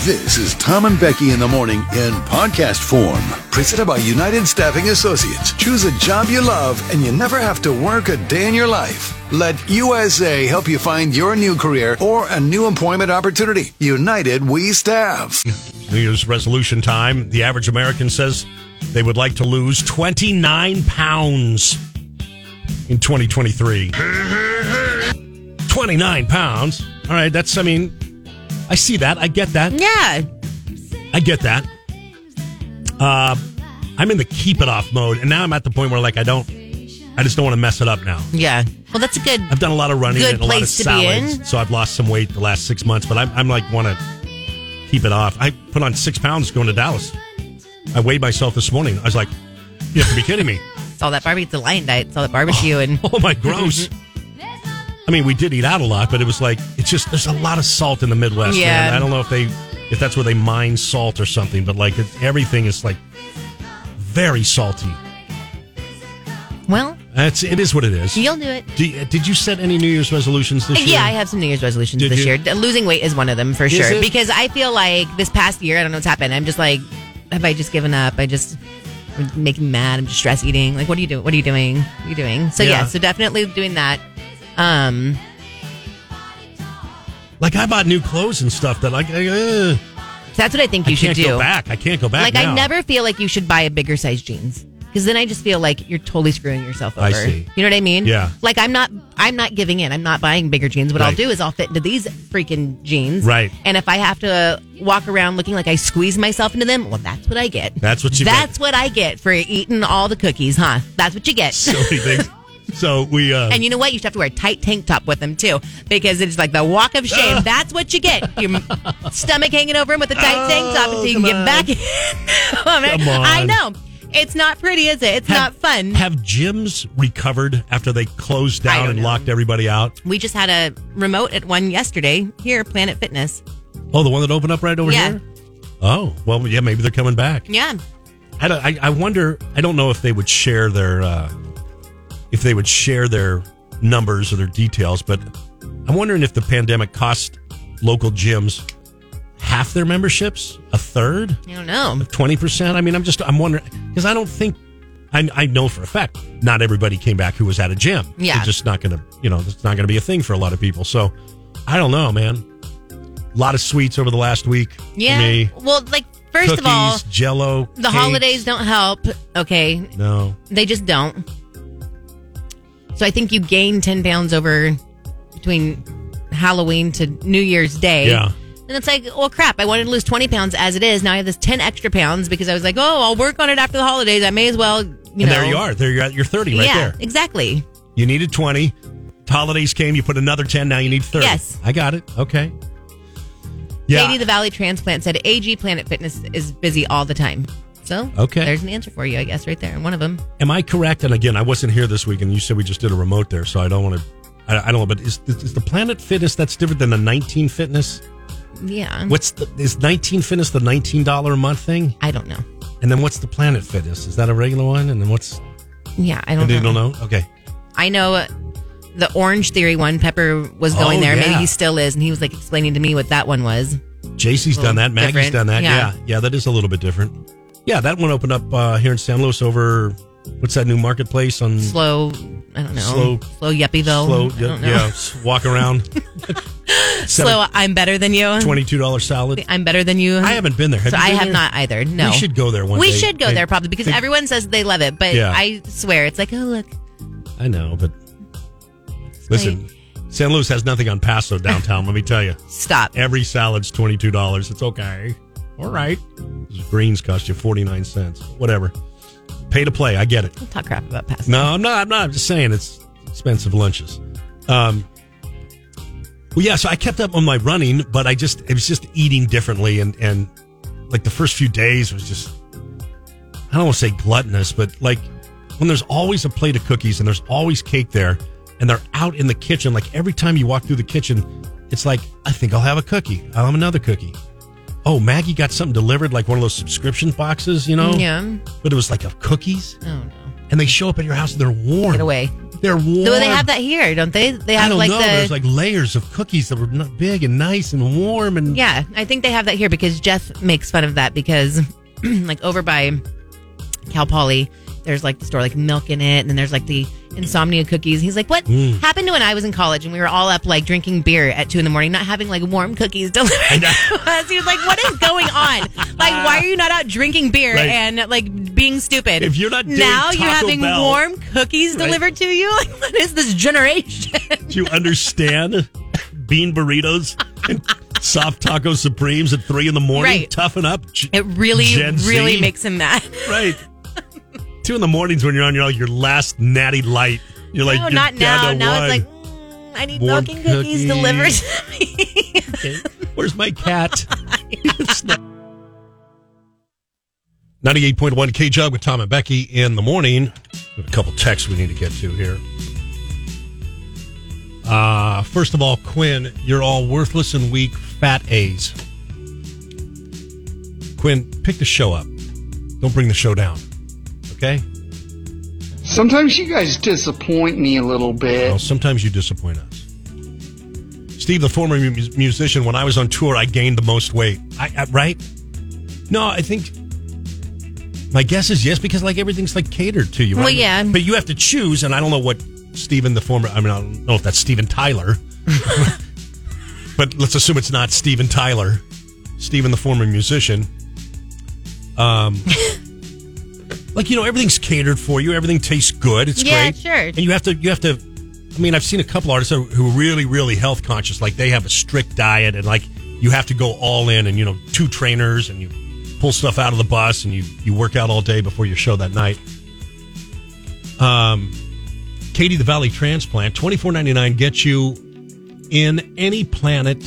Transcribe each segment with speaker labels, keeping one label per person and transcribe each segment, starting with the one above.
Speaker 1: This is Tom and Becky in the morning in podcast form. Presented by United Staffing Associates. Choose a job you love and you never have to work a day in your life. Let USA help you find your new career or a new employment opportunity. United We Staff.
Speaker 2: New Year's resolution time. The average American says they would like to lose 29 pounds in 2023. 29 pounds. All right, that's, I mean, I see that. I get that.
Speaker 3: Yeah.
Speaker 2: I get that. Uh, I'm in the keep it off mode, and now I'm at the point where, like, I don't, I just don't want to mess it up now.
Speaker 3: Yeah. Well, that's a good.
Speaker 2: I've done a lot of running
Speaker 3: Good
Speaker 2: and a lot of
Speaker 3: place to be in.
Speaker 2: salads, so I've lost some weight the last six months. But I'm, I'm like want to keep it off. I put on six pounds going to Dallas. I weighed myself this morning. I was like, "You have to be kidding me!"
Speaker 3: It's all that barbecue, the lion diet. It's all that barbecue and
Speaker 2: Oh my, gross. I mean, we did eat out a lot, but it was like it's just there's a lot of salt in the Midwest.
Speaker 3: Yeah.
Speaker 2: man. I don't know if they if that's where they mine salt or something, but like it, everything is like very salty.
Speaker 3: well,
Speaker 2: That's it is what it is.
Speaker 3: you'll do it.
Speaker 2: Do- did you set any New Year's resolutions this year?
Speaker 3: Yeah, I have some New Year's resolutions
Speaker 2: Did
Speaker 3: this
Speaker 2: you?
Speaker 3: year. D- Losing weight is one of them for
Speaker 2: Is
Speaker 3: sure.
Speaker 2: it?
Speaker 3: Because I feel like this past year, I don't know what's happened. I'm just like, have I just given up? I just I'm making me mad. I'm just stress eating. Like, what are you doing? What are you doing? What are you doing? So yeah.
Speaker 2: Yeah.
Speaker 3: so definitely doing that. Um,
Speaker 2: Like I bought new clothes and stuff that like uh,
Speaker 3: that's what I think
Speaker 2: I
Speaker 3: you should
Speaker 2: can't
Speaker 3: do.
Speaker 2: go back. I can't go back.
Speaker 3: like,
Speaker 2: now.
Speaker 3: I never feel like you should buy a bigger size jeans because then I just feel like you're totally screwing yourself over.
Speaker 2: I see.
Speaker 3: You know what I mean?
Speaker 2: Yeah.
Speaker 3: Like I'm not, I'm not giving in. I'm not buying bigger jeans. What I'll
Speaker 2: Right.
Speaker 3: do is I'll fit into these freaking jeans.
Speaker 2: Right.
Speaker 3: And if I have to walk around looking like I squeeze myself into them, well, that's what I get.
Speaker 2: That's what you get.
Speaker 3: That's what I get for eating all the cookies, huh? That's what you get.
Speaker 2: So we think- So we uh,
Speaker 3: And you know what? You should have to wear a tight tank top with them too, because it's like the walk of shame. That's what you get. Your stomach hanging over him with a tight tank top until you can
Speaker 2: Oh, come
Speaker 3: get
Speaker 2: on.
Speaker 3: back. in. Oh, man.
Speaker 2: Come on.
Speaker 3: I know. It's not pretty, is it? It's not
Speaker 2: have-
Speaker 3: fun.
Speaker 2: Have gyms recovered after they closed
Speaker 3: I
Speaker 2: down
Speaker 3: don't
Speaker 2: and
Speaker 3: know.
Speaker 2: locked everybody out?
Speaker 3: we just had a remote at one yesterday here, Planet Fitness.
Speaker 2: Oh, the one that opened up right over
Speaker 3: Yeah.
Speaker 2: here. Oh well, yeah, maybe they're coming back.
Speaker 3: Yeah.
Speaker 2: I, don't, I, I wonder. I don't know if they would share their uh, if they would share their numbers or their details, but I'm wondering if the pandemic cost local gyms half their memberships, a third.
Speaker 3: I don't know.
Speaker 2: twenty percent. I mean, I'm just I'm wondering because I don't think I, I know for a fact not everybody came back who was at a gym.
Speaker 3: Yeah.
Speaker 2: it's just not gonna you know it's not gonna be a thing for a lot of people. So I don't know, man. A lot of sweets over the last week. for
Speaker 3: Yeah.
Speaker 2: me.
Speaker 3: Well, like, first
Speaker 2: Cookies,
Speaker 3: of all,
Speaker 2: Jello.
Speaker 3: the
Speaker 2: cakes.
Speaker 3: holidays don't help. Okay.
Speaker 2: No,
Speaker 3: They just don't. So I think you gain 10 pounds over between Halloween to New Year's Day.
Speaker 2: Yeah.
Speaker 3: And it's like, well, crap, I wanted to lose 20 pounds as it is. Now I have this 10 extra pounds because I was like, oh, I'll work on it after the holidays. I may as well, you know.
Speaker 2: and there you are. There you're at. You're thirty right
Speaker 3: yeah,
Speaker 2: there.
Speaker 3: exactly.
Speaker 2: You needed 20. Holidays came, you put another 10, now you need 30.
Speaker 3: Yes.
Speaker 2: I got it. Okay. Yeah.
Speaker 3: Katie the Valley Transplant said AG Planet Fitness is busy all the time. So
Speaker 2: Okay.
Speaker 3: there's an answer for you, I guess, right there. One of them.
Speaker 2: Am I correct? And again, I wasn't here this week, and you said we just did a remote there, so I don't want to. I, I don't know, but is, is the Planet Fitness that's different than the 19 Fitness?
Speaker 3: Yeah.
Speaker 2: What's the is 19 Fitness the 19 dollar a month thing?
Speaker 3: I don't know.
Speaker 2: And then what's the Planet Fitness? Is that a regular one? And then what's
Speaker 3: Yeah, I
Speaker 2: I
Speaker 3: don't know.
Speaker 2: don't know. Okay,
Speaker 3: I know the Orange Theory one. Pepper was going
Speaker 2: Oh,
Speaker 3: there. Maybe
Speaker 2: yeah.
Speaker 3: he still is, and he was like explaining to me what that one was.
Speaker 2: JC's
Speaker 3: Little
Speaker 2: done that. Maggie's
Speaker 3: different.
Speaker 2: done that.
Speaker 3: Yeah.
Speaker 2: Yeah. yeah, that is a little bit different. Yeah, that one opened up uh, here in San Luis over what's that new marketplace on
Speaker 3: Slow, I don't know.
Speaker 2: Slow-
Speaker 3: slow Yuppieville.
Speaker 2: slow?
Speaker 3: I don't know.
Speaker 2: yeah, s- walk around.
Speaker 3: slow. um, I'm better than you.
Speaker 2: Twenty-two dollar salad.
Speaker 3: I'm better than you.
Speaker 2: I haven't been there. Have
Speaker 3: So
Speaker 2: you
Speaker 3: I
Speaker 2: been
Speaker 3: have
Speaker 2: there?
Speaker 3: not either. No.
Speaker 2: We should go there one
Speaker 3: We
Speaker 2: day.
Speaker 3: should go
Speaker 2: I
Speaker 3: there probably because
Speaker 2: think-
Speaker 3: everyone says they love it, but
Speaker 2: Yeah.
Speaker 3: I swear it's like, oh look,
Speaker 2: I know, but listen, San Luis has nothing on Paso downtown. let me tell you,
Speaker 3: stop.
Speaker 2: every salad's twenty two dollars. It's okay. All right, Those greens cost you forty nine cents. Whatever. Pay to play. I get it.
Speaker 3: Don't talk crap about pasta.
Speaker 2: No, I'm not. I'm not. I'm just saying it's expensive lunches. Um. Well, yeah. So I kept up on my running, but I just it was just eating differently, and and like the first few days was just I don't want to say gluttonous, but like when there's always a plate of cookies and there's always cake there, and they're out in the kitchen. Like every time you walk through the kitchen, it's like I think I'll have a cookie. I'll have another cookie. Oh, Maggie got something delivered, like one of those subscription boxes, you know?
Speaker 3: Yeah.
Speaker 2: But it was like of cookies
Speaker 3: Oh no.
Speaker 2: and they show up at your house and they're warm.
Speaker 3: Get away.
Speaker 2: They're warm.
Speaker 3: No, they have that here, don't they? They
Speaker 2: I
Speaker 3: have
Speaker 2: don't
Speaker 3: like
Speaker 2: know.
Speaker 3: the
Speaker 2: There's like layers of cookies that were not big and nice and warm and
Speaker 3: Yeah, I think they have that here because Jeff makes fun of that because, like, over by Cal Poly, there's like the store like milk in it, and then there's like the insomnia cookies. He's like, "What
Speaker 2: Mm.
Speaker 3: happened to when I was in college and we were all up like drinking beer at two in the morning, not having like warm cookies delivered to us?" He was like, "What is going on? like, why are you not out drinking beer
Speaker 2: Right.
Speaker 3: and like being stupid?
Speaker 2: If you're not doing
Speaker 3: now, you're
Speaker 2: Taco
Speaker 3: having
Speaker 2: Bell."
Speaker 3: warm cookies
Speaker 2: Right.
Speaker 3: delivered to you. Like, what is this generation?"
Speaker 2: Do you understand bean burritos and soft taco supremes at three in the morning?
Speaker 3: Right.
Speaker 2: Toughen up. G-
Speaker 3: It really,
Speaker 2: Gen Z.
Speaker 3: really makes him mad.
Speaker 2: right. Two in the mornings when you're on your your last natty light. You're like,
Speaker 3: no,
Speaker 2: you're
Speaker 3: not now.
Speaker 2: down to
Speaker 3: Now
Speaker 2: one.
Speaker 3: it's like, mm, I need
Speaker 2: Warm
Speaker 3: milk and cookies delivered
Speaker 2: cookies.
Speaker 3: to
Speaker 2: Okay.
Speaker 3: me.
Speaker 2: Where's my cat? It's not- 98.1 K Job with Tom and Becky in the morning. We have a couple texts we need to get to here. Uh, first of all, Quinn, you're all worthless and weak fat A's. Quinn, pick the show up. Don't bring the show down. Okay?
Speaker 4: Sometimes you guys disappoint me a little bit.
Speaker 2: Well, sometimes you disappoint us. Steve, the former mu- musician, when I was on tour, I gained the most weight. I, I right? No, I think my guess is yes, because like everything's like catered to you.
Speaker 3: Well,
Speaker 2: right?
Speaker 3: yeah.
Speaker 2: But you have to choose, and I don't know what Steven, the former. I mean, I don't know if that's Steven Tyler, but let's assume it's not Steven Tyler. Steven, the former musician. Um. Like you know, everything's catered for you. Everything tastes good. It's
Speaker 3: Yeah,
Speaker 2: great.
Speaker 3: sure.
Speaker 2: And you have to, you have to. I mean, I've seen a couple artists who who are really, really health conscious. Like they have a strict diet, and like you have to go all in, and you know, two trainers, and you pull stuff out of the bus, and you you work out all day before your show that night. Um, Katie, the Valley transplant, twenty four ninety nine gets you in any planet.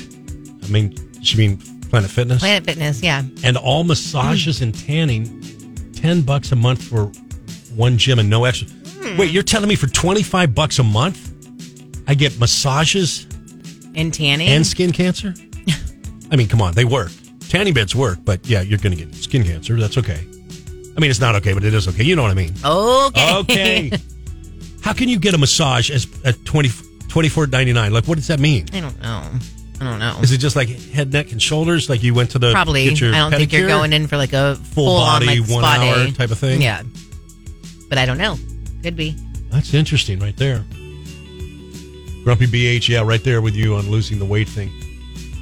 Speaker 2: I mean, she mean Planet Fitness
Speaker 3: Planet Fitness, yeah.
Speaker 2: and all massages and tanning, ten bucks a month for one gym and no extra.
Speaker 3: Hmm.
Speaker 2: Wait, you're telling me for twenty five bucks a month, I get massages
Speaker 3: And tanning.
Speaker 2: and skin cancer? I mean, come on, they work. Tanning beds work, but yeah, you're going to get skin cancer. That's okay. I mean, it's not okay, but it is okay. You know what I mean?
Speaker 3: okay.
Speaker 2: Okay. How can you get a massage as at 20, 24.99? Like, what does that mean?
Speaker 3: I don't know. I don't know.
Speaker 2: Is it just like head, neck, and shoulders? Like you went to the
Speaker 3: Probably. I
Speaker 2: get your
Speaker 3: don't think you're
Speaker 2: pedicure?
Speaker 3: going in for like a full,
Speaker 2: body,
Speaker 3: on like
Speaker 2: one
Speaker 3: spa
Speaker 2: hour
Speaker 3: day.
Speaker 2: type of thing?
Speaker 3: Yeah. But I don't know. Could be.
Speaker 2: That's interesting right there. Grumpy BH, yeah, right there with you on losing the weight thing.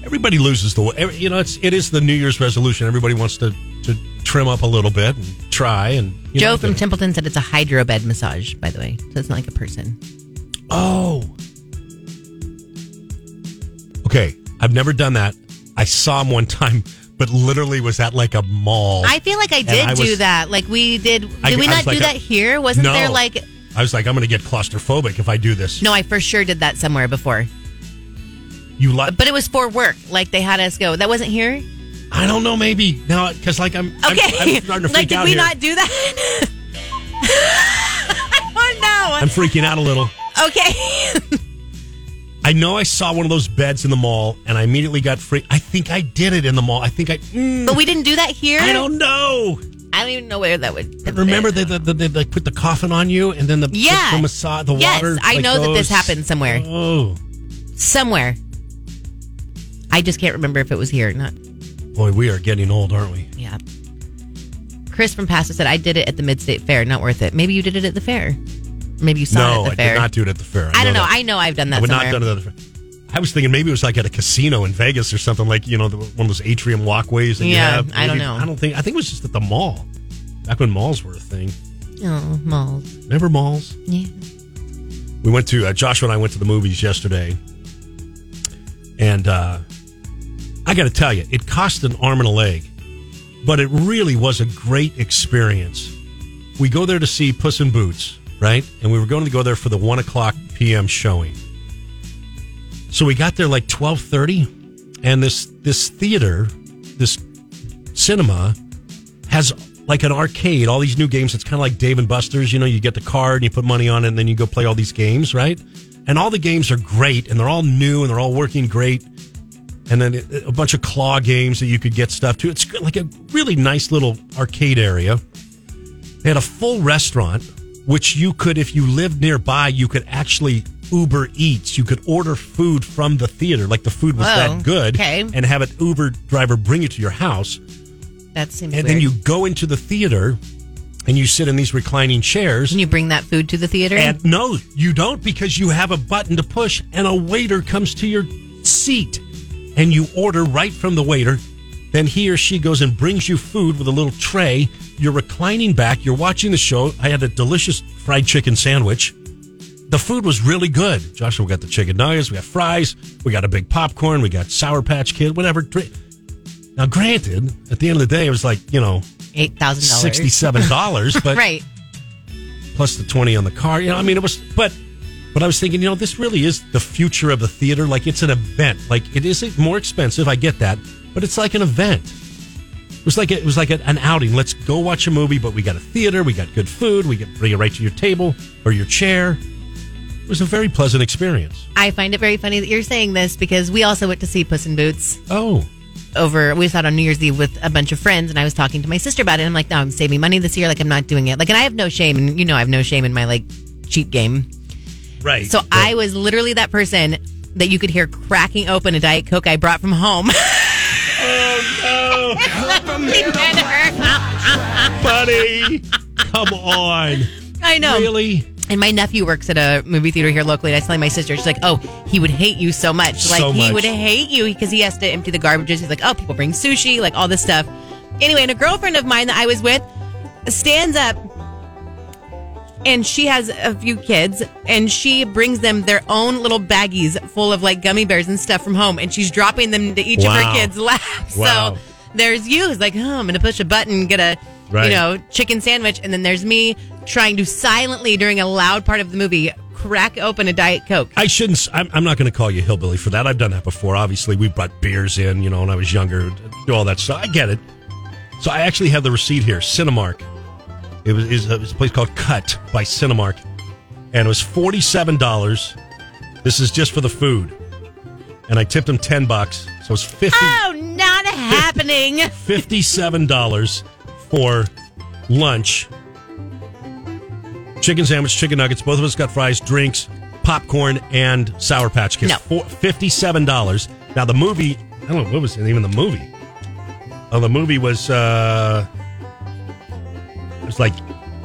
Speaker 2: Everybody loses the weight. Every- You know, it's it is the New Year's resolution. Everybody wants to to trim up a little bit and try and you
Speaker 3: Joe
Speaker 2: know,
Speaker 3: from
Speaker 2: the-
Speaker 3: Templeton said it's a hydro bed massage, by the way. So it's not like a person.
Speaker 2: Oh. Okay, I've never done that. I saw him one time, but literally was at like a mall.
Speaker 3: I feel like I did
Speaker 2: I
Speaker 3: do
Speaker 2: was-
Speaker 3: that. Like we did. Did
Speaker 2: I-
Speaker 3: we
Speaker 2: I
Speaker 3: not
Speaker 2: was
Speaker 3: do
Speaker 2: like a-
Speaker 3: that here? Wasn't
Speaker 2: No.
Speaker 3: there like?
Speaker 2: I was like, I'm going to get claustrophobic if I do this.
Speaker 3: No, I for sure did that somewhere before.
Speaker 2: you like?
Speaker 3: But it was for work. Like they had us go. That wasn't here.
Speaker 2: I don't know. Maybe now because like I'm I'm-
Speaker 3: Okay.
Speaker 2: I'm, starting to freak
Speaker 3: like, did
Speaker 2: out
Speaker 3: we
Speaker 2: here.
Speaker 3: not do that? I
Speaker 2: I'm freaking out a little.
Speaker 3: don't know. Okay.
Speaker 2: I know I saw one of those beds in the mall, and I immediately got free. I think I did it in the mall. I think I. Mm,
Speaker 3: but we didn't do that here.
Speaker 2: I don't know.
Speaker 3: I don't even know where that would. have
Speaker 2: Remember
Speaker 3: been.
Speaker 2: they, they, they, they put the coffin on you, and then the
Speaker 3: Yeah.
Speaker 2: the, the massage the
Speaker 3: Yes,
Speaker 2: water.
Speaker 3: I know that
Speaker 2: goes-
Speaker 3: this happened somewhere.
Speaker 2: Oh
Speaker 3: Somewhere. I just can't remember if it was here or not.
Speaker 2: boy, we are getting old, aren't we?
Speaker 3: Yeah. Chris from Pasco said I did it at the Mid-State Fair. Not worth it. Maybe you did it at the fair. Maybe you saw
Speaker 2: no,
Speaker 3: it at
Speaker 2: I
Speaker 3: the fair.
Speaker 2: did not do it at the fair.
Speaker 3: I don't know.
Speaker 2: that.
Speaker 3: I know I've done that
Speaker 2: I would not
Speaker 3: somewhere.
Speaker 2: have done it at the fair. I was thinking maybe it was like at a casino in Vegas or something like you know the, one of those atrium walkways. That you
Speaker 3: Yeah,
Speaker 2: have.
Speaker 3: I don't
Speaker 2: Maybe-
Speaker 3: know.
Speaker 2: I don't think. I think it was just at the mall. Back when malls were a thing.
Speaker 3: Oh, malls.
Speaker 2: Remember malls?
Speaker 3: Yeah.
Speaker 2: we went to uh, Joshua and I went to the movies yesterday, and uh, I got to tell you, it cost an arm and a leg, but it really was a great experience. We go there to see Puss in Boots, right? And we were going to go there for the one o'clock p.m. showing. So we got there like twelve thirty, and this this theater, this cinema, has like an arcade, all these new games. It's kind of like Dave and Buster's. You know, you get the card and you put money on it, and then you go play all these games, right? And all the games are great, and they're all new, and they're all working great. And then it- a bunch of claw games that you could get stuff to. It's like a really nice little arcade area. They had a full restaurant which you could, if you lived nearby, you could actually Uber Eats. You could order food from the theater, like the food was
Speaker 3: Whoa,
Speaker 2: that good,
Speaker 3: okay.
Speaker 2: and have an Uber driver bring it to your house.
Speaker 3: That seems
Speaker 2: And
Speaker 3: weird.
Speaker 2: then you go into the theater and you sit in these reclining chairs.
Speaker 3: Can you bring that food to the theater?
Speaker 2: And no, you don't because you have a button to push and a waiter comes to your seat and you order right from the waiter. Then he or she goes and brings you food with a little tray. You're reclining back, you're watching the show. I had a delicious fried chicken sandwich. The food was really good. Joshua got the chicken nuggets, we got fries, we got a big popcorn, we got Sour Patch Kid, whatever. Dri- Now, granted, at the end of the day, it was like, you know,
Speaker 3: Eight thousand dollars.
Speaker 2: $67, but
Speaker 3: Right.
Speaker 2: plus the 20 on the car. You know, I mean, it was, but, but I was thinking, you know, this really is the future of the theater. Like it's an event. Like it is more expensive. I get that, but it's like an event. It was like, a, it was like a, an outing. Let's go watch a movie, but we got a theater. We got good food. We get bring it right to your table or your chair. It was a very pleasant experience.
Speaker 3: I find it very funny that you're saying this because we also went to see Puss in Boots
Speaker 2: Oh,
Speaker 3: over we saw it on New Year's Eve with a bunch of friends and I was talking to my sister about it. I'm like, no, I'm saving money this year, like I'm not doing it. Like and I have no shame and you know I have no shame in my like cheap game.
Speaker 2: right.
Speaker 3: So I was literally that person that you could hear cracking open a Diet Coke I brought from home.
Speaker 2: Oh,
Speaker 3: I
Speaker 2: buddy, come on.
Speaker 3: know.
Speaker 2: Really?
Speaker 3: And my nephew works at a movie theater here locally, and I was telling my sister, she's like, "Oh, he would hate you so much. Like
Speaker 2: So
Speaker 3: he
Speaker 2: much.
Speaker 3: would hate you because he has to empty the garbages. He's like, oh, people bring sushi, like all this stuff. Anyway, and a girlfriend of mine that I was with stands up, and she has a few kids, and she brings them their own little baggies full of like gummy bears and stuff from home, and she's dropping them to each of
Speaker 2: Wow.
Speaker 3: her kids' laps.
Speaker 2: Wow.
Speaker 3: So there's you, who's like, oh, I'm gonna push a button, get a
Speaker 2: Right.
Speaker 3: you know, chicken sandwich, and then there's me trying to silently during a loud part of the movie crack open a diet coke.
Speaker 2: I shouldn't. s- I'm, I'm not going to call you hillbilly for that. I've done that before. Obviously, we brought beers in, you know, when I was younger, do all that stuff. I get it. So I actually have the receipt here. Cinemark. It was is a, it's a place called Cut by Cinemark, and it was forty seven dollars. This is just for the food, and I tipped them ten bucks, so it's fifty
Speaker 3: Oh, not happening.
Speaker 2: fifty seven dollars for lunch. Chicken sandwich, chicken nuggets. Both of us got fries, drinks, popcorn, and sour patch kids.
Speaker 3: No.
Speaker 2: For fifty-seven dollars. Now the movie. I don't know what was the name of the movie. Oh, the movie was. uh It was like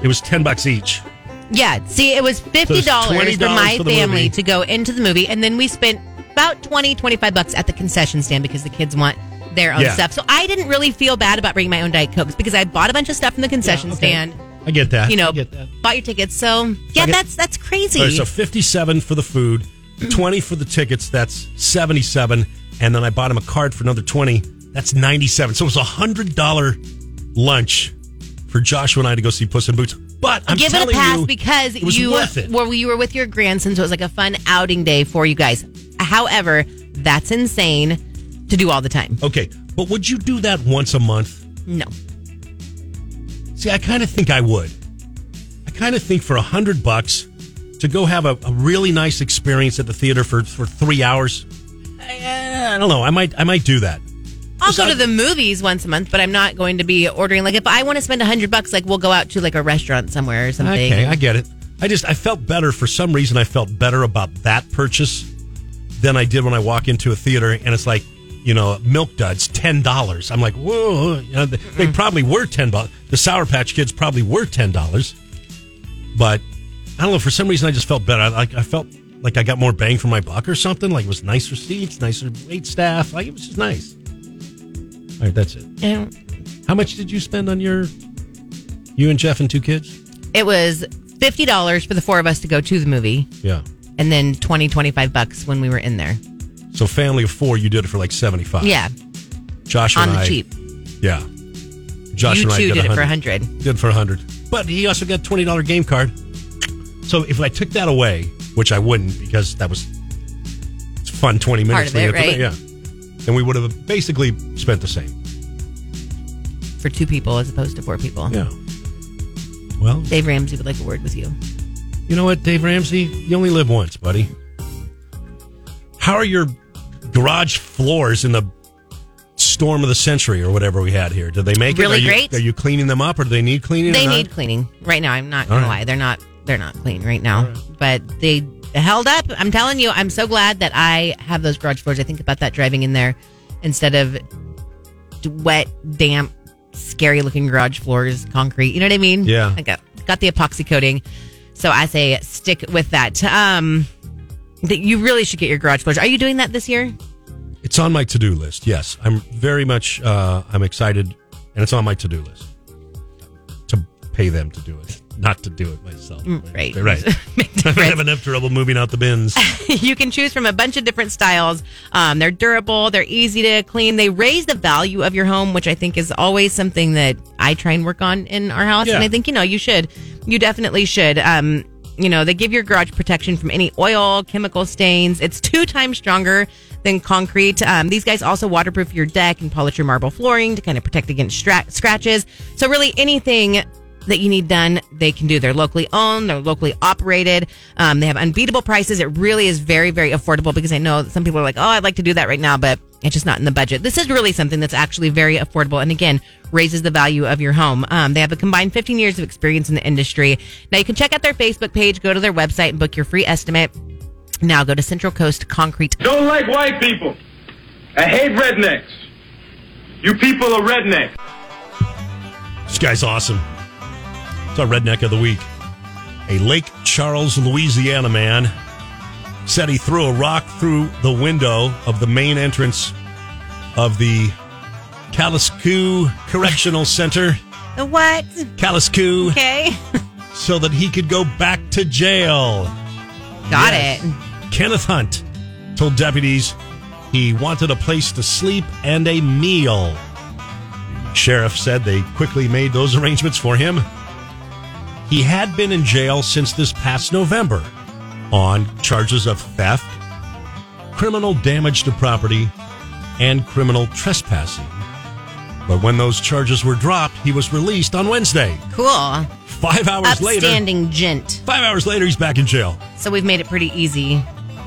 Speaker 2: it was ten bucks each.
Speaker 3: yeah, see, it was $50
Speaker 2: $20
Speaker 3: for my
Speaker 2: for the
Speaker 3: family
Speaker 2: movie.
Speaker 3: to go into the movie, and then we spent about 20, 25 bucks at the concession stand because the kids want their own
Speaker 2: Yeah.
Speaker 3: stuff. So I didn't really feel bad about bringing my own diet cokes because I bought a bunch of stuff from the concession stand,
Speaker 2: I get that.
Speaker 3: you know,
Speaker 2: I get that.
Speaker 3: bought your tickets. So, yeah,
Speaker 2: get-
Speaker 3: that's that's crazy.
Speaker 2: All right, so 57 for the food, 20 for the tickets, that's 77, and then I bought him a card for another 20, that's 97. So it was a $100 lunch for Joshua and I to go see Puss in Boots. But I'm
Speaker 3: give it a
Speaker 2: telling
Speaker 3: pass
Speaker 2: you,
Speaker 3: because
Speaker 2: it was
Speaker 3: you
Speaker 2: worth it.
Speaker 3: were you were with your grandson, so it was like a fun outing day for you guys. However, that's insane to do all the time.
Speaker 2: Okay, but would you do that once a month?
Speaker 3: No,
Speaker 2: See, I kind of think I would. I kind of think for a hundred bucks to go have a, a really nice experience at the theater for, for three hours. eh, I don't know. I might I might do that.
Speaker 3: I'll
Speaker 2: So-
Speaker 3: go to the movies once a month, but I'm not going to be ordering. Like, if I want to spend a hundred bucks, like we'll go out to like a restaurant somewhere or something.
Speaker 2: Okay, I get it. I just I felt better for some reason. I felt better about that purchase than I did when I walk into a theater and it's like you know milk duds ten dollars. I'm like whoa, you know, they, they probably were ten dollars. The Sour Patch Kids probably were ten dollars, but I don't know. For some reason, I just felt better. I, like I felt like I got more bang for my buck or something. Like it was nicer seats, nicer wait staff. Like it was just nice. All right, that's it.
Speaker 3: I don't-
Speaker 2: How much did you spend on your you and Jeff and two kids?
Speaker 3: It was fifty dollars for the four of us to go to the movie,
Speaker 2: Yeah.
Speaker 3: and then 20, 25 bucks when we were in there.
Speaker 2: So family of four, you did it for like seventy five.
Speaker 3: Yeah,
Speaker 2: Josh
Speaker 3: on
Speaker 2: and
Speaker 3: the
Speaker 2: I,
Speaker 3: cheap.
Speaker 2: Yeah, Josh
Speaker 3: you
Speaker 2: and I
Speaker 3: two
Speaker 2: did,
Speaker 3: did it for a
Speaker 2: 100.
Speaker 3: hundred.
Speaker 2: Did for hundred, but he also got twenty dollar game card. So if I took that away, which I wouldn't, because that was it's fun twenty
Speaker 3: Part
Speaker 2: minutes.
Speaker 3: of
Speaker 2: we
Speaker 3: it,
Speaker 2: had to-
Speaker 3: right?
Speaker 2: Yeah, then we would have basically spent the same.
Speaker 3: for two people as opposed to four people.
Speaker 2: Yeah. Well,
Speaker 3: Dave Ramsey would like a word with you.
Speaker 2: you know what, Dave Ramsey, you only live once, buddy. How are your garage floors in the storm of the century or whatever we had here? Did they make
Speaker 3: Really
Speaker 2: it? Are you,
Speaker 3: great.
Speaker 2: Are you cleaning them up or do they need cleaning? or
Speaker 3: They
Speaker 2: not?
Speaker 3: need cleaning right now. I'm not gonna
Speaker 2: All right.
Speaker 3: lie; they're not they're not clean right now. But they held up. I'm telling you, I'm so glad that I have those garage doors. I think about that driving in there instead of d- wet, damp, scary looking garage floors, concrete. You know what I mean?
Speaker 2: Yeah.
Speaker 3: I got got the epoxy coating, so I say stick with that. Um, that you really should get your garage doors. Are you doing that this year?
Speaker 2: It's on my to do list. Yes, I'm very much. Uh, I'm excited, and it's on my to do list to pay them to do it, not to do it myself.
Speaker 3: Mm, right.
Speaker 2: right.
Speaker 3: Big
Speaker 2: I'm
Speaker 3: difference.
Speaker 2: having enough trouble moving out the bins.
Speaker 3: you can choose from a bunch of different styles. Um, they're durable, they're easy to clean, they raise the value of your home, which I think is always something that I try and work on in our house.
Speaker 2: Yeah.
Speaker 3: And I think, you know, you should. You definitely should. Um, you know, they give your garage protection from any oil, chemical stains. It's two times stronger than concrete. Um, these guys also waterproof your deck and polish your marble flooring to kind of protect against stra- scratches. So, really, anything that you need done, they can do. They're locally owned, they're locally operated. Um, they have unbeatable prices. It really is very, very affordable because I know that some people are like, oh, I'd like to do that right now, but it's just not in the budget. This is really something that's actually very affordable and again, raises the value of your home. Um, they have a combined 15 years of experience in the industry. Now you can check out their Facebook page, go to their website and book your free estimate. Now go to Central Coast Concrete.
Speaker 5: Don't like white people. I hate rednecks. You people are rednecks.
Speaker 2: This guy's awesome. It's our redneck of the week. A Lake Charles, Louisiana man said he threw a rock through the window of the main entrance of the Kaliskoo Correctional Center,
Speaker 3: The what?
Speaker 2: Kaliskoo,
Speaker 3: Okay.
Speaker 2: so that he could go back to jail.
Speaker 3: Got
Speaker 2: Yes.
Speaker 3: it.
Speaker 2: Kenneth Hunt told deputies he wanted a place to sleep and a meal. Sheriff said they quickly made those arrangements for him. He had been in jail since this past November on charges of theft, criminal damage to property, and criminal trespassing. But when those charges were dropped, he was released on Wednesday.
Speaker 3: Cool.
Speaker 2: Five hours later,
Speaker 3: Upstanding gent.
Speaker 2: five hours later, he's back in jail.
Speaker 3: So we've made it pretty easy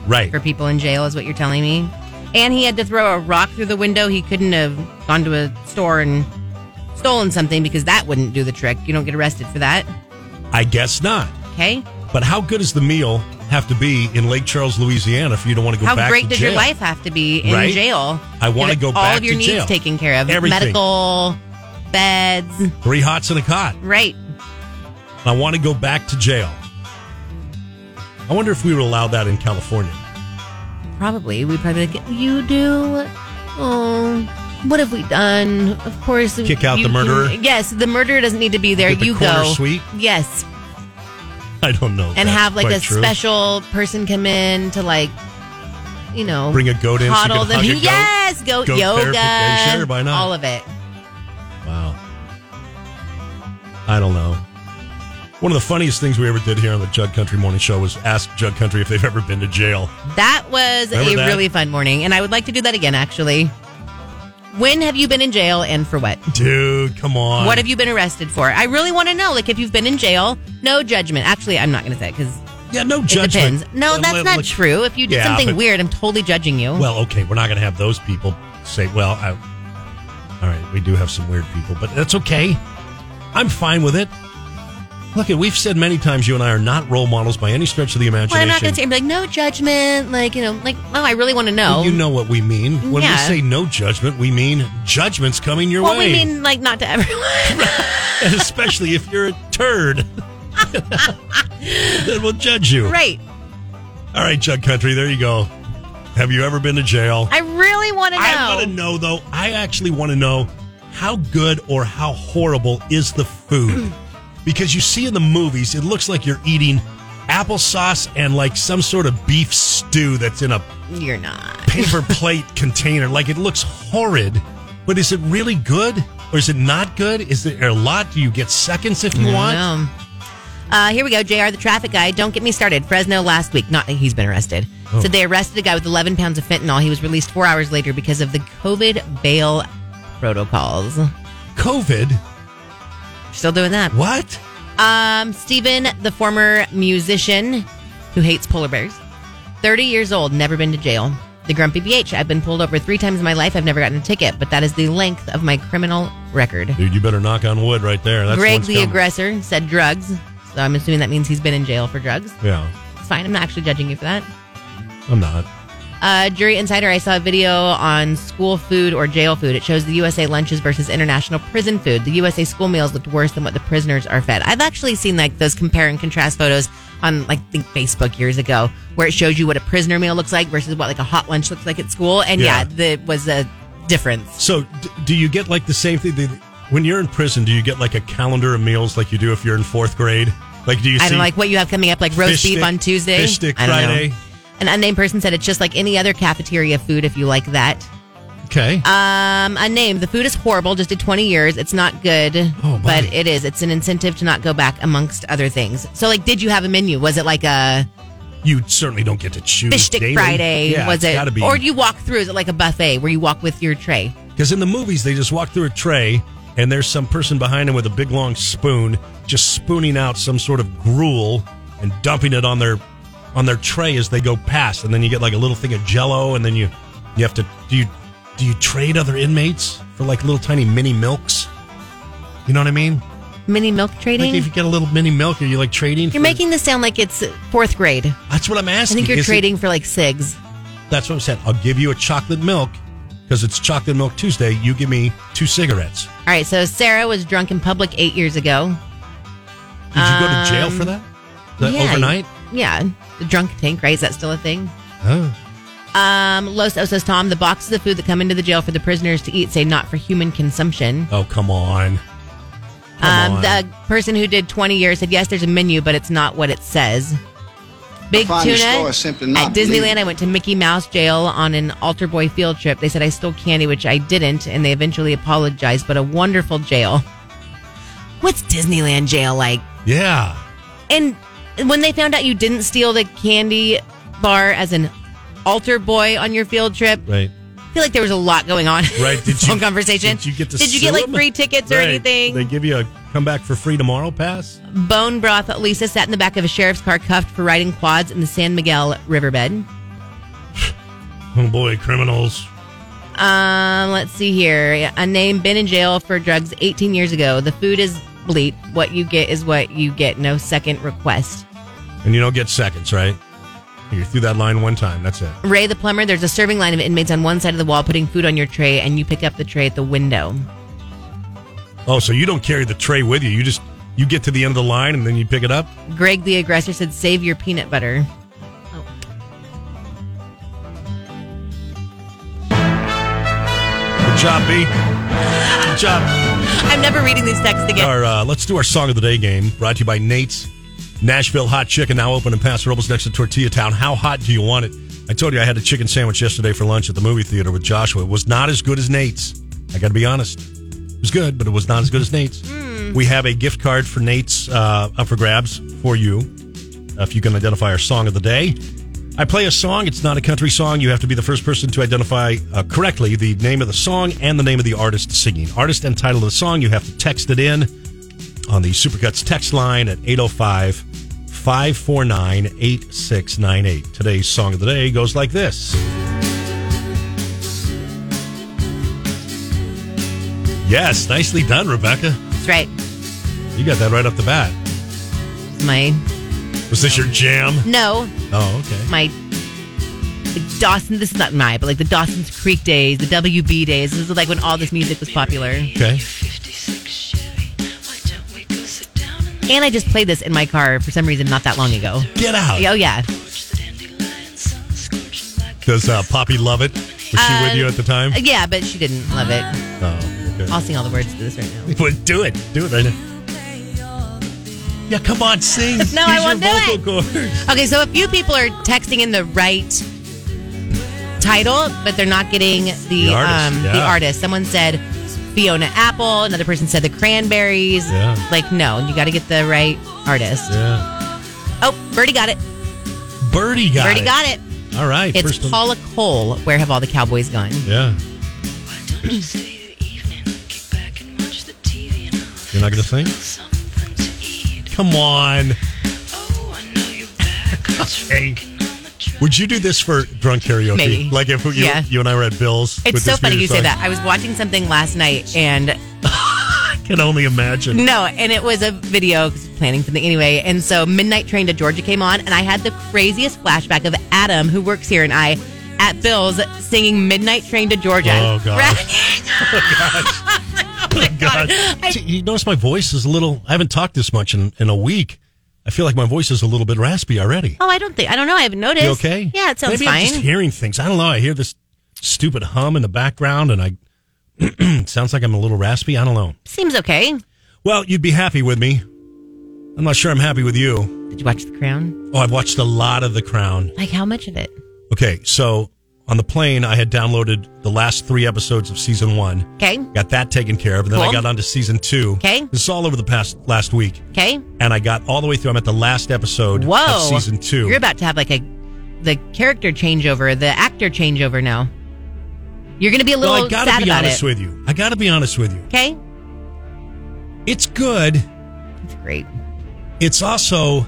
Speaker 2: Right.
Speaker 3: for people in jail, is what you're telling me. And he had to throw a rock through the window. He couldn't have gone to a store and stolen something because that wouldn't do the trick. You don't get arrested for that.
Speaker 2: I guess not.
Speaker 3: Okay.
Speaker 2: But how good does the meal have to be in Lake Charles, Louisiana, for you to want to go
Speaker 3: How
Speaker 2: back
Speaker 3: great
Speaker 2: to
Speaker 3: does
Speaker 2: jail?
Speaker 3: your life have to be in
Speaker 2: Right?
Speaker 3: jail?
Speaker 2: I wanna
Speaker 3: have
Speaker 2: go
Speaker 3: all
Speaker 2: back
Speaker 3: of your
Speaker 2: to
Speaker 3: needs
Speaker 2: jail.
Speaker 3: taken care of.
Speaker 2: Everything.
Speaker 3: Medical beds.
Speaker 2: Three hots and a cot.
Speaker 3: Right.
Speaker 2: I want to go back to jail. I wonder if we were allowed that in California.
Speaker 3: Probably. We'd probably be like, you do? Oh, what have we done? Of course.
Speaker 2: Kick out
Speaker 3: you
Speaker 2: the
Speaker 3: can-
Speaker 2: murderer?
Speaker 3: yes, the murderer doesn't need to be there.
Speaker 2: Get the
Speaker 3: you
Speaker 2: corner
Speaker 3: go.
Speaker 2: suite?
Speaker 3: Yes.
Speaker 2: I don't know. if
Speaker 3: and
Speaker 2: that's
Speaker 3: have like
Speaker 2: quite
Speaker 3: a
Speaker 2: true.
Speaker 3: special person come in to like, you know,
Speaker 2: Bring a goat in so you
Speaker 3: coddle
Speaker 2: can hug a goat.
Speaker 3: Yes, goat,
Speaker 2: Goat
Speaker 3: yoga,
Speaker 2: therapy. Sure, why not?
Speaker 3: all of it.
Speaker 2: Wow. I don't know. One of the funniest things we ever did here on the Jug Country Morning Show was ask Jug Country if they've ever been to jail.
Speaker 3: That was
Speaker 2: Remember
Speaker 3: a
Speaker 2: that?
Speaker 3: really fun morning, and I would like to do that again. Actually, when have you been in jail and for what?
Speaker 2: Dude, come on.
Speaker 3: What have you been arrested for? I really want to know. Like, if you've been in jail, no judgment. Actually, I'm not going to say because
Speaker 2: Yeah, no
Speaker 3: it
Speaker 2: judgment.
Speaker 3: depends. No,
Speaker 2: Well,
Speaker 3: that's
Speaker 2: let-
Speaker 3: not
Speaker 2: look-
Speaker 3: true. If you did
Speaker 2: Yeah,
Speaker 3: something
Speaker 2: but-
Speaker 3: weird, I'm totally judging you.
Speaker 2: Well, okay, we're not going to have those people say, well, I, all right, we do have some weird people, but that's okay. I'm fine with it. Look, we've said many times you and I are not role models by any stretch of the imagination.
Speaker 3: Well, I'm not going to say I'm like no judgment. Like you know, like oh, I really want to know.
Speaker 2: You know what we mean. When
Speaker 3: Yeah.
Speaker 2: we say no judgment, we mean judgment's coming your
Speaker 3: well,
Speaker 2: way.
Speaker 3: we mean like not to everyone.
Speaker 2: And especially if you're a turd. then we'll judge you.
Speaker 3: Right.
Speaker 2: All right, Jug Country, there you go. Have you ever been to jail?
Speaker 3: I really want to know.
Speaker 2: I want to know though. I actually want to know how good or how horrible is the food? because you see in the movies, it looks like you're eating applesauce and like some sort of beef stew that's in a
Speaker 3: You're not.
Speaker 2: paper plate container. Like it looks horrid, but is it really good or is it not good? Is there a lot? Do you get seconds if you want?
Speaker 3: No. Uh, here we go. JR, the traffic guy. Don't get me started. Fresno last week. Not that he's been arrested.
Speaker 2: Oh.
Speaker 3: So they arrested a guy with 11 pounds of fentanyl. He was released four hours later because of the COVID bail protocols.
Speaker 2: COVID?
Speaker 3: Still doing that.
Speaker 2: What?
Speaker 3: Um, Steven, the former musician who hates polar bears, 30 years old, never been to jail. The Grumpy BH. I've been pulled over three times in my life. I've never gotten a ticket, but that is the length of my criminal record.
Speaker 2: Dude, you better knock on wood right there. That's
Speaker 3: Greg,
Speaker 2: one's
Speaker 3: the
Speaker 2: coming.
Speaker 3: aggressor, said drugs. So I'm assuming that means he's been in jail for drugs.
Speaker 2: Yeah,
Speaker 3: It's fine. I'm not actually judging you for that.
Speaker 2: I'm not.
Speaker 3: Uh, Jury Insider, I saw a video on school food or jail food. It shows the USA lunches versus international prison food. The USA school meals looked worse than what the prisoners are fed. I've actually seen like those compare and contrast photos on like I think Facebook years ago, where it shows you what a prisoner meal looks like versus what like a hot lunch looks like at school. And
Speaker 2: Yeah.
Speaker 3: yeah, there was a difference.
Speaker 2: So, d- do you get like the same thing? the- When you're in prison, do you get like a calendar of meals like you do if you're in fourth grade? Like, do you
Speaker 3: I
Speaker 2: see
Speaker 3: don't like what you have coming up, like
Speaker 2: fish
Speaker 3: roast beef
Speaker 2: stick-
Speaker 3: on Tuesday.
Speaker 2: fish stick
Speaker 3: I don't know.
Speaker 2: Friday?
Speaker 3: An unnamed person said it's just like any other cafeteria food if you like that.
Speaker 2: Okay.
Speaker 3: Um, unnamed. The food is horrible. Just did 20 years. It's not good,
Speaker 2: Oh, my.
Speaker 3: but it is. It's an incentive to not go back, amongst other things. So, like, did you have a menu? Was it like a
Speaker 2: you certainly don't get to choose.
Speaker 3: fish stick
Speaker 2: daily.
Speaker 3: Friday?
Speaker 2: Yeah,
Speaker 3: was
Speaker 2: it's Gotta
Speaker 3: it,
Speaker 2: be.
Speaker 3: or do you walk through? Is it like a buffet where you walk with your tray?
Speaker 2: Because in the movies, they just walk through a tray, and there's some person behind them with a big long spoon, just spooning out some sort of gruel and dumping it on their on their tray as they go past, and then you get like a little thing of Jello, and then you you have to do you do you trade other inmates for like little tiny mini milks? You know what I mean?
Speaker 3: Mini milk trading?
Speaker 2: Like if you get a little mini milk, are you like trading?
Speaker 3: You're
Speaker 2: for-
Speaker 3: making this sound like it's fourth grade.
Speaker 2: That's what I'm
Speaker 3: I
Speaker 2: asking.
Speaker 3: think you're
Speaker 2: Is it-
Speaker 3: trading for like SIGs.
Speaker 2: that's what I'm saying. I'll give you a chocolate milk because it's chocolate milk Tuesday. You give me two cigarettes.
Speaker 3: All right, so Sarah was drunk in public eight years ago.
Speaker 2: Did you go to jail for that? The
Speaker 3: Um, Yeah,
Speaker 2: overnight?
Speaker 3: Yeah. The drunk tank, right? Is that still a thing?
Speaker 2: Oh.
Speaker 3: Um, Los Osos Tom, the boxes of food that come into the jail for the prisoners to eat say not for human consumption.
Speaker 2: Oh, come on. Come
Speaker 3: Um,
Speaker 2: on.
Speaker 3: the person who did 20 years said, yes, there's a menu, but it's not what it says. Big
Speaker 4: I find
Speaker 3: tuna.
Speaker 4: this story simply not
Speaker 3: At Disneyland,
Speaker 4: believable.
Speaker 3: I went to Mickey Mouse Jail on an altar boy field trip. They said I stole candy, which I didn't, and they eventually apologized. But a wonderful jail. What's Disneyland jail like?
Speaker 2: yeah.
Speaker 3: And when they found out you didn't steal the candy bar as an altar boy on your field trip,
Speaker 2: Right.
Speaker 3: I feel like there was a lot going on.
Speaker 2: Right.
Speaker 3: in this whole conversation?
Speaker 2: Did you get to
Speaker 3: Did you
Speaker 2: sue
Speaker 3: get like
Speaker 2: them?
Speaker 3: free tickets or
Speaker 2: Right.
Speaker 3: anything?
Speaker 2: They give you a come back for free tomorrow pass?
Speaker 3: Bone broth. Lisa sat in the back of a sheriff's car, cuffed for riding quads in the San Miguel riverbed.
Speaker 2: Oh, boy, criminals.
Speaker 3: Um, let's see here. A name been in jail for drugs 18 years ago. The food is bleat. What you get is what you get. No second request.
Speaker 2: And you don't get seconds, right? You're through that line one time. That's it.
Speaker 3: Ray the plumber. There's a serving line of inmates on one side of the wall putting food on your tray, and you pick up the tray at the window.
Speaker 2: Oh, so you don't carry the tray with you. You just you get to the end of the line and then you pick it up?
Speaker 3: Greg the aggressor said, "Save your peanut butter."
Speaker 2: Good job, B. Good job.
Speaker 3: I'm never reading these texts again.
Speaker 2: Our, uh, let's do our song of the day game brought to you by Nate's Nashville Hot Chicken, now open in Paso Robles next to Tortilla Town. How hot do you want it? I told you I had a chicken sandwich yesterday for lunch at the movie theater with Joshua. It was not as good as Nate's. I got to be honest. It was good, but it was not as good as Nate's. We have a gift card for Nate's uh, up for grabs for you uh, if you can identify our song of the day. I play a song. It's not a country song. You have to be the first person to identify uh, correctly the name of the song and the name of the artist singing. Artist and title of the song. You have to text it in on the Supercuts text line at 805 549 8698. Today's song of the day goes like this Yes, nicely done, Rebecca.
Speaker 3: That's right.
Speaker 2: You got that right off the bat.
Speaker 3: My
Speaker 2: Was this your jam?
Speaker 3: no,
Speaker 2: Oh, okay.
Speaker 3: my the Dawson. This is not my, but like the Dawson's Creek days, the WB days. This is like when all this music was popular.
Speaker 2: Okay.
Speaker 3: And I just played this in my car for some reason not that long ago.
Speaker 2: Get out.
Speaker 3: Oh yeah,
Speaker 2: Does uh, Poppy love it? Was she with
Speaker 3: Uh,
Speaker 2: you at the time?
Speaker 3: yeah, but she didn't love it.
Speaker 2: Oh, okay.
Speaker 3: I'll sing all the words to this right now.
Speaker 2: But do it. Do it right now. Yeah, come on, sing. Use
Speaker 3: I won't do
Speaker 2: your vocal cords.
Speaker 3: Okay, so a few people are texting in the right title, but they're not getting the
Speaker 2: The artist,
Speaker 3: um, the
Speaker 2: yeah.
Speaker 3: artist. Someone said Fiona Apple. Another person said the Cranberries.
Speaker 2: Yeah.
Speaker 3: Like no, you got to get the right artist.
Speaker 2: Yeah.
Speaker 3: Oh, Birdie got it.
Speaker 2: Birdie got
Speaker 3: Birdie
Speaker 2: it.
Speaker 3: got it.
Speaker 2: All right.
Speaker 3: It's
Speaker 2: first one.
Speaker 3: Paula Cole. Where have all the cowboys gone?
Speaker 2: Yeah. You're not going to sing? Come on. Hey. Would you do this for drunk karaoke?
Speaker 3: Maybe.
Speaker 2: Like if you,
Speaker 3: Yeah.
Speaker 2: you and I were at Bill's.
Speaker 3: It's
Speaker 2: with
Speaker 3: so
Speaker 2: this
Speaker 3: funny you
Speaker 2: music
Speaker 3: say
Speaker 2: on,
Speaker 3: that. I was watching something last night and
Speaker 2: I can only imagine. Oh
Speaker 3: no, and it was a video 'cause planning something anyway. And so Midnight Train to Georgia came on and I had the craziest flashback of Adam who works here and I at Bill's singing Midnight Train to Georgia.
Speaker 2: Oh, gosh. Oh,
Speaker 3: Right? Oh,
Speaker 2: God.
Speaker 3: I-
Speaker 2: See, you notice my voice is a little. I haven't talked this much in, in a week. I feel like my voice is a little bit raspy already.
Speaker 3: Oh, I don't think I don't know. I haven't noticed.
Speaker 2: You okay?
Speaker 3: Yeah, it sounds
Speaker 2: Maybe I'm
Speaker 3: fine.
Speaker 2: just hearing things. I don't know. I hear this stupid hum in the background, and I it sounds like I'm a little raspy. I don't know.
Speaker 3: Seems okay.
Speaker 2: Well, you'd be happy with me. I'm not sure I'm happy with you.
Speaker 3: Did you watch The Crown?
Speaker 2: Oh, I've watched a lot of The Crown.
Speaker 3: Like how much of it?
Speaker 2: Okay, so on the plane, I had downloaded the last three episodes of season one.
Speaker 3: Okay.
Speaker 2: Got that taken care of, and then I
Speaker 3: Cool.
Speaker 2: got onto season two.
Speaker 3: Okay.
Speaker 2: this is all over the past last week,
Speaker 3: Okay.
Speaker 2: and I got all the way through. I'm at the last episode
Speaker 3: Whoa.
Speaker 2: of season two.
Speaker 3: You're about to have like a the character changeover, the actor changeover now. You're going to be a little
Speaker 2: well, I gotta be
Speaker 3: sad about
Speaker 2: honest
Speaker 3: it.
Speaker 2: with you. I gotta be honest with you.
Speaker 3: okay?
Speaker 2: It's good.
Speaker 3: That's great.
Speaker 2: It's also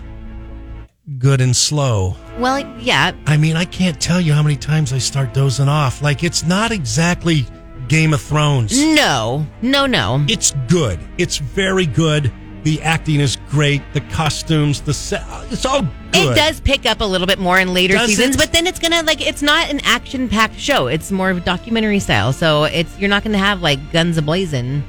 Speaker 2: good and slow.
Speaker 3: Well, yeah.
Speaker 2: I mean, I can't tell you how many times I start dozing off. Like, it's not exactly Game of Thrones.
Speaker 3: Mm. No. No, no.
Speaker 2: It's good. It's very good. The acting is great. The costumes, the set, it's all good.
Speaker 3: It does pick up a little bit more in later
Speaker 2: Does
Speaker 3: seasons,
Speaker 2: it?
Speaker 3: but then it's going to like it's not an action-packed show. It's more of a documentary style. So, it's you're not going to have like guns ablazing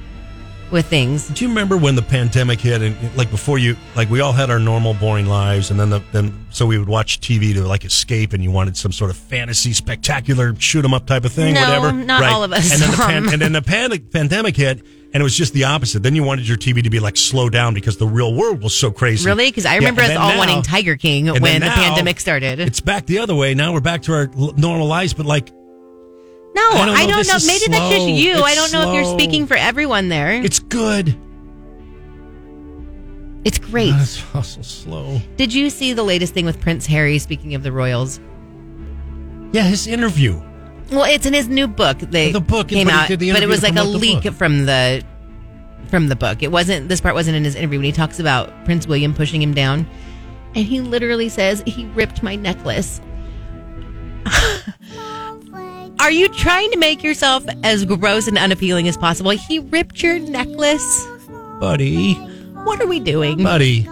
Speaker 3: with things.
Speaker 2: Do you remember when the pandemic hit and like before you like we all had our normal boring lives and then the then so we would watch TV to like escape and you wanted some sort of fantasy spectacular shoot 'em up type of thing
Speaker 3: No,
Speaker 2: whatever
Speaker 3: not all of us.
Speaker 2: and then the
Speaker 3: Um.
Speaker 2: pan- and then the panic, pandemic hit and it was just the opposite then you wanted your TV to be like slow down because the real world was so crazy
Speaker 3: Really? Cuz I
Speaker 2: Yeah,
Speaker 3: remember
Speaker 2: and
Speaker 3: us
Speaker 2: then
Speaker 3: all
Speaker 2: now-
Speaker 3: wanting Tiger King
Speaker 2: and then
Speaker 3: when the
Speaker 2: now,
Speaker 3: pandemic started.
Speaker 2: it's back the other way now we're back to our l- normal lives but like
Speaker 3: No,
Speaker 2: I
Speaker 3: I
Speaker 2: don't
Speaker 3: don't
Speaker 2: know.
Speaker 3: know.
Speaker 2: This is
Speaker 3: Maybe that's just
Speaker 2: slow.
Speaker 3: you.
Speaker 2: It's
Speaker 3: I don't know if you're
Speaker 2: slow.
Speaker 3: speaking for everyone there. It's,
Speaker 2: it's good Ah,
Speaker 3: great.
Speaker 2: it's also slow
Speaker 3: Did you see the latest thing with Prince Harry speaking of the royals?
Speaker 2: yeah his interview
Speaker 3: Well, it's in his new book. They
Speaker 2: The book,
Speaker 3: came
Speaker 2: but he
Speaker 3: out,
Speaker 2: did the
Speaker 3: but it was like
Speaker 2: interview to
Speaker 3: a
Speaker 2: promote the book.
Speaker 3: leak from the from the book. It wasn't this part wasn't in his interview when he talks about Prince William pushing him down. And he literally says, "He ripped my necklace." Are you trying to make yourself as gross and unappealing as possible? He ripped your necklace.
Speaker 2: buddy.
Speaker 3: What are we doing?
Speaker 2: buddy,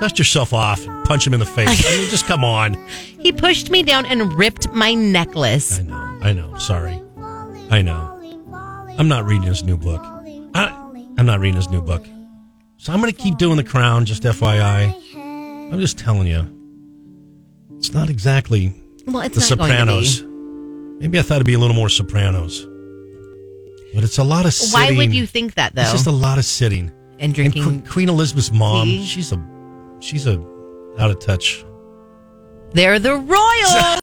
Speaker 2: dust yourself off and punch him in the face. I mean, just come on.
Speaker 3: He pushed me down and ripped my necklace.
Speaker 2: I know, I know. Sorry, I know. I'm not reading his new book. I, I'm not reading his new book. So I'm going to keep doing The Crown. Just FYI, I'm just telling you, it's not exactly
Speaker 3: Well, it's
Speaker 2: The
Speaker 3: not
Speaker 2: Sopranos.
Speaker 3: going to
Speaker 2: Maybe I thought it'd be a little more Sopranos, but it's a lot of
Speaker 3: be.
Speaker 2: sitting.
Speaker 3: Why would you think that though?
Speaker 2: It's just a lot of sitting.
Speaker 3: and
Speaker 2: And
Speaker 3: drinking
Speaker 2: Que- Queen Elizabeth's mom,
Speaker 3: Tea?
Speaker 2: she's a, she's a, out of touch
Speaker 3: They're the royals.